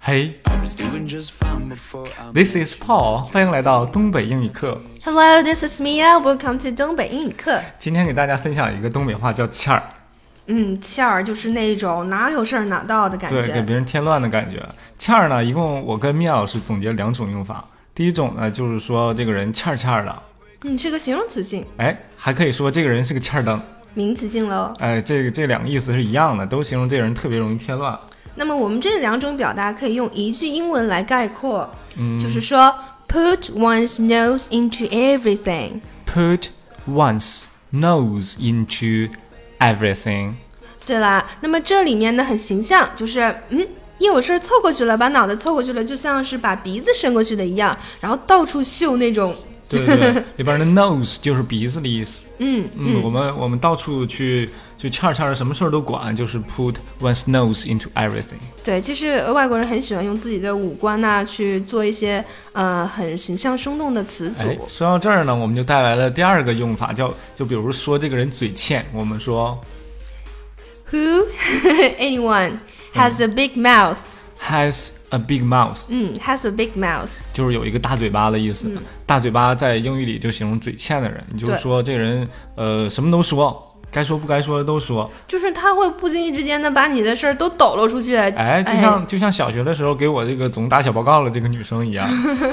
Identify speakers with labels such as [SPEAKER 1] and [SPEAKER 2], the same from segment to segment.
[SPEAKER 1] 黑。This is Paul，欢迎来到东北英语课。
[SPEAKER 2] Hello, this is Mia. Welcome to 东北英语课。
[SPEAKER 1] 今天给大家分享一个东北话，叫“欠儿
[SPEAKER 2] 嗯，倩儿就是那种哪有事儿哪到的”，感
[SPEAKER 1] 对，给
[SPEAKER 2] 觉。
[SPEAKER 1] 别人添乱的感觉。“欠儿”呢，一共我跟米娅老师总结两种用法。第一种呢，就是说这个人欠儿欠儿的，
[SPEAKER 2] 嗯，是个形容词性，
[SPEAKER 1] 哎，还可以说这个人是个欠儿灯，
[SPEAKER 2] 名词性哦喽。
[SPEAKER 1] 哎，这个这两个意思是一样的，都形容这个人特别容易添乱。
[SPEAKER 2] 那么我们这两种表达可以用一句英文来概括，
[SPEAKER 1] 嗯
[SPEAKER 2] 就是说 put one's nose into everything。
[SPEAKER 1] Put one's nose into everything。
[SPEAKER 2] 对啦，那么这里面呢很形象，就是嗯。一有事儿凑过去了，把脑袋凑过去了，就像是把鼻子伸过去了一样，然后到处嗅那种，
[SPEAKER 1] 对对，对，里边的 nose 就是鼻子的意思。
[SPEAKER 2] 嗯，
[SPEAKER 1] 嗯，我们我们到处去就恰着恰着什么事儿都管，就是 put one's nose into everything。
[SPEAKER 2] 对，其实呃外国人很喜欢用自己的五官呐、去做一些呃很形象生动的词组。
[SPEAKER 1] 哎，说到这儿呢，我们就带来了第二个用法，叫就比如说这个人嘴欠，我们说
[SPEAKER 2] Who anyone has a big mouth？
[SPEAKER 1] has a big mouth，
[SPEAKER 2] 嗯，has a big mouth。
[SPEAKER 1] 就是有一个大嘴巴的意思。大嘴巴在英语里就形容嘴欠的人，你就
[SPEAKER 2] 嗯对
[SPEAKER 1] 说这个人呃什么都说，该说不该说的都说。
[SPEAKER 2] 就是他会不经意之间的把你的事儿都抖搂出去。
[SPEAKER 1] 哎，
[SPEAKER 2] 哎
[SPEAKER 1] 就像、就像小学的时候给我这个总打小报告的这个女生一样，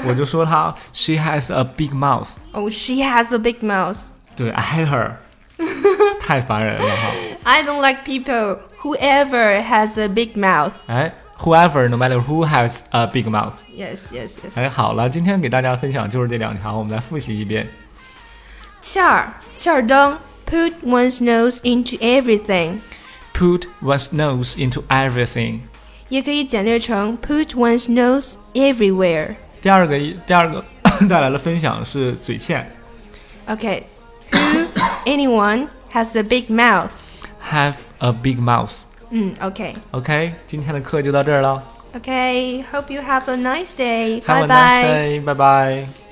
[SPEAKER 1] 我就说她 she has a big mouth。
[SPEAKER 2] 哦、s h e has a big mouth。
[SPEAKER 1] 对，I hate her，太烦人了哈。
[SPEAKER 2] I don't like people whoever has a big mouth。
[SPEAKER 1] 哎，whoever no matter who has a big mouth。
[SPEAKER 2] Yes, yes, yes。
[SPEAKER 1] 哎，好了，今天给大家分享就是这两条，我们来复习一遍。
[SPEAKER 2] 欠儿，欠儿灯，put one's nose into everything，
[SPEAKER 1] Put one's nose into everything。
[SPEAKER 2] 也可以简略成 put one's nose everywhere。
[SPEAKER 1] 第二个，第二个 带来的分享是嘴欠
[SPEAKER 2] Okay. Who, anyone has a big mouth.
[SPEAKER 1] ，have a big mouth。
[SPEAKER 2] Mm, okay.
[SPEAKER 1] OK，今天的课就到这儿了
[SPEAKER 2] Okay. Hope you have a nice day.
[SPEAKER 1] ，Have a
[SPEAKER 2] bye bye.
[SPEAKER 1] nice day，拜拜。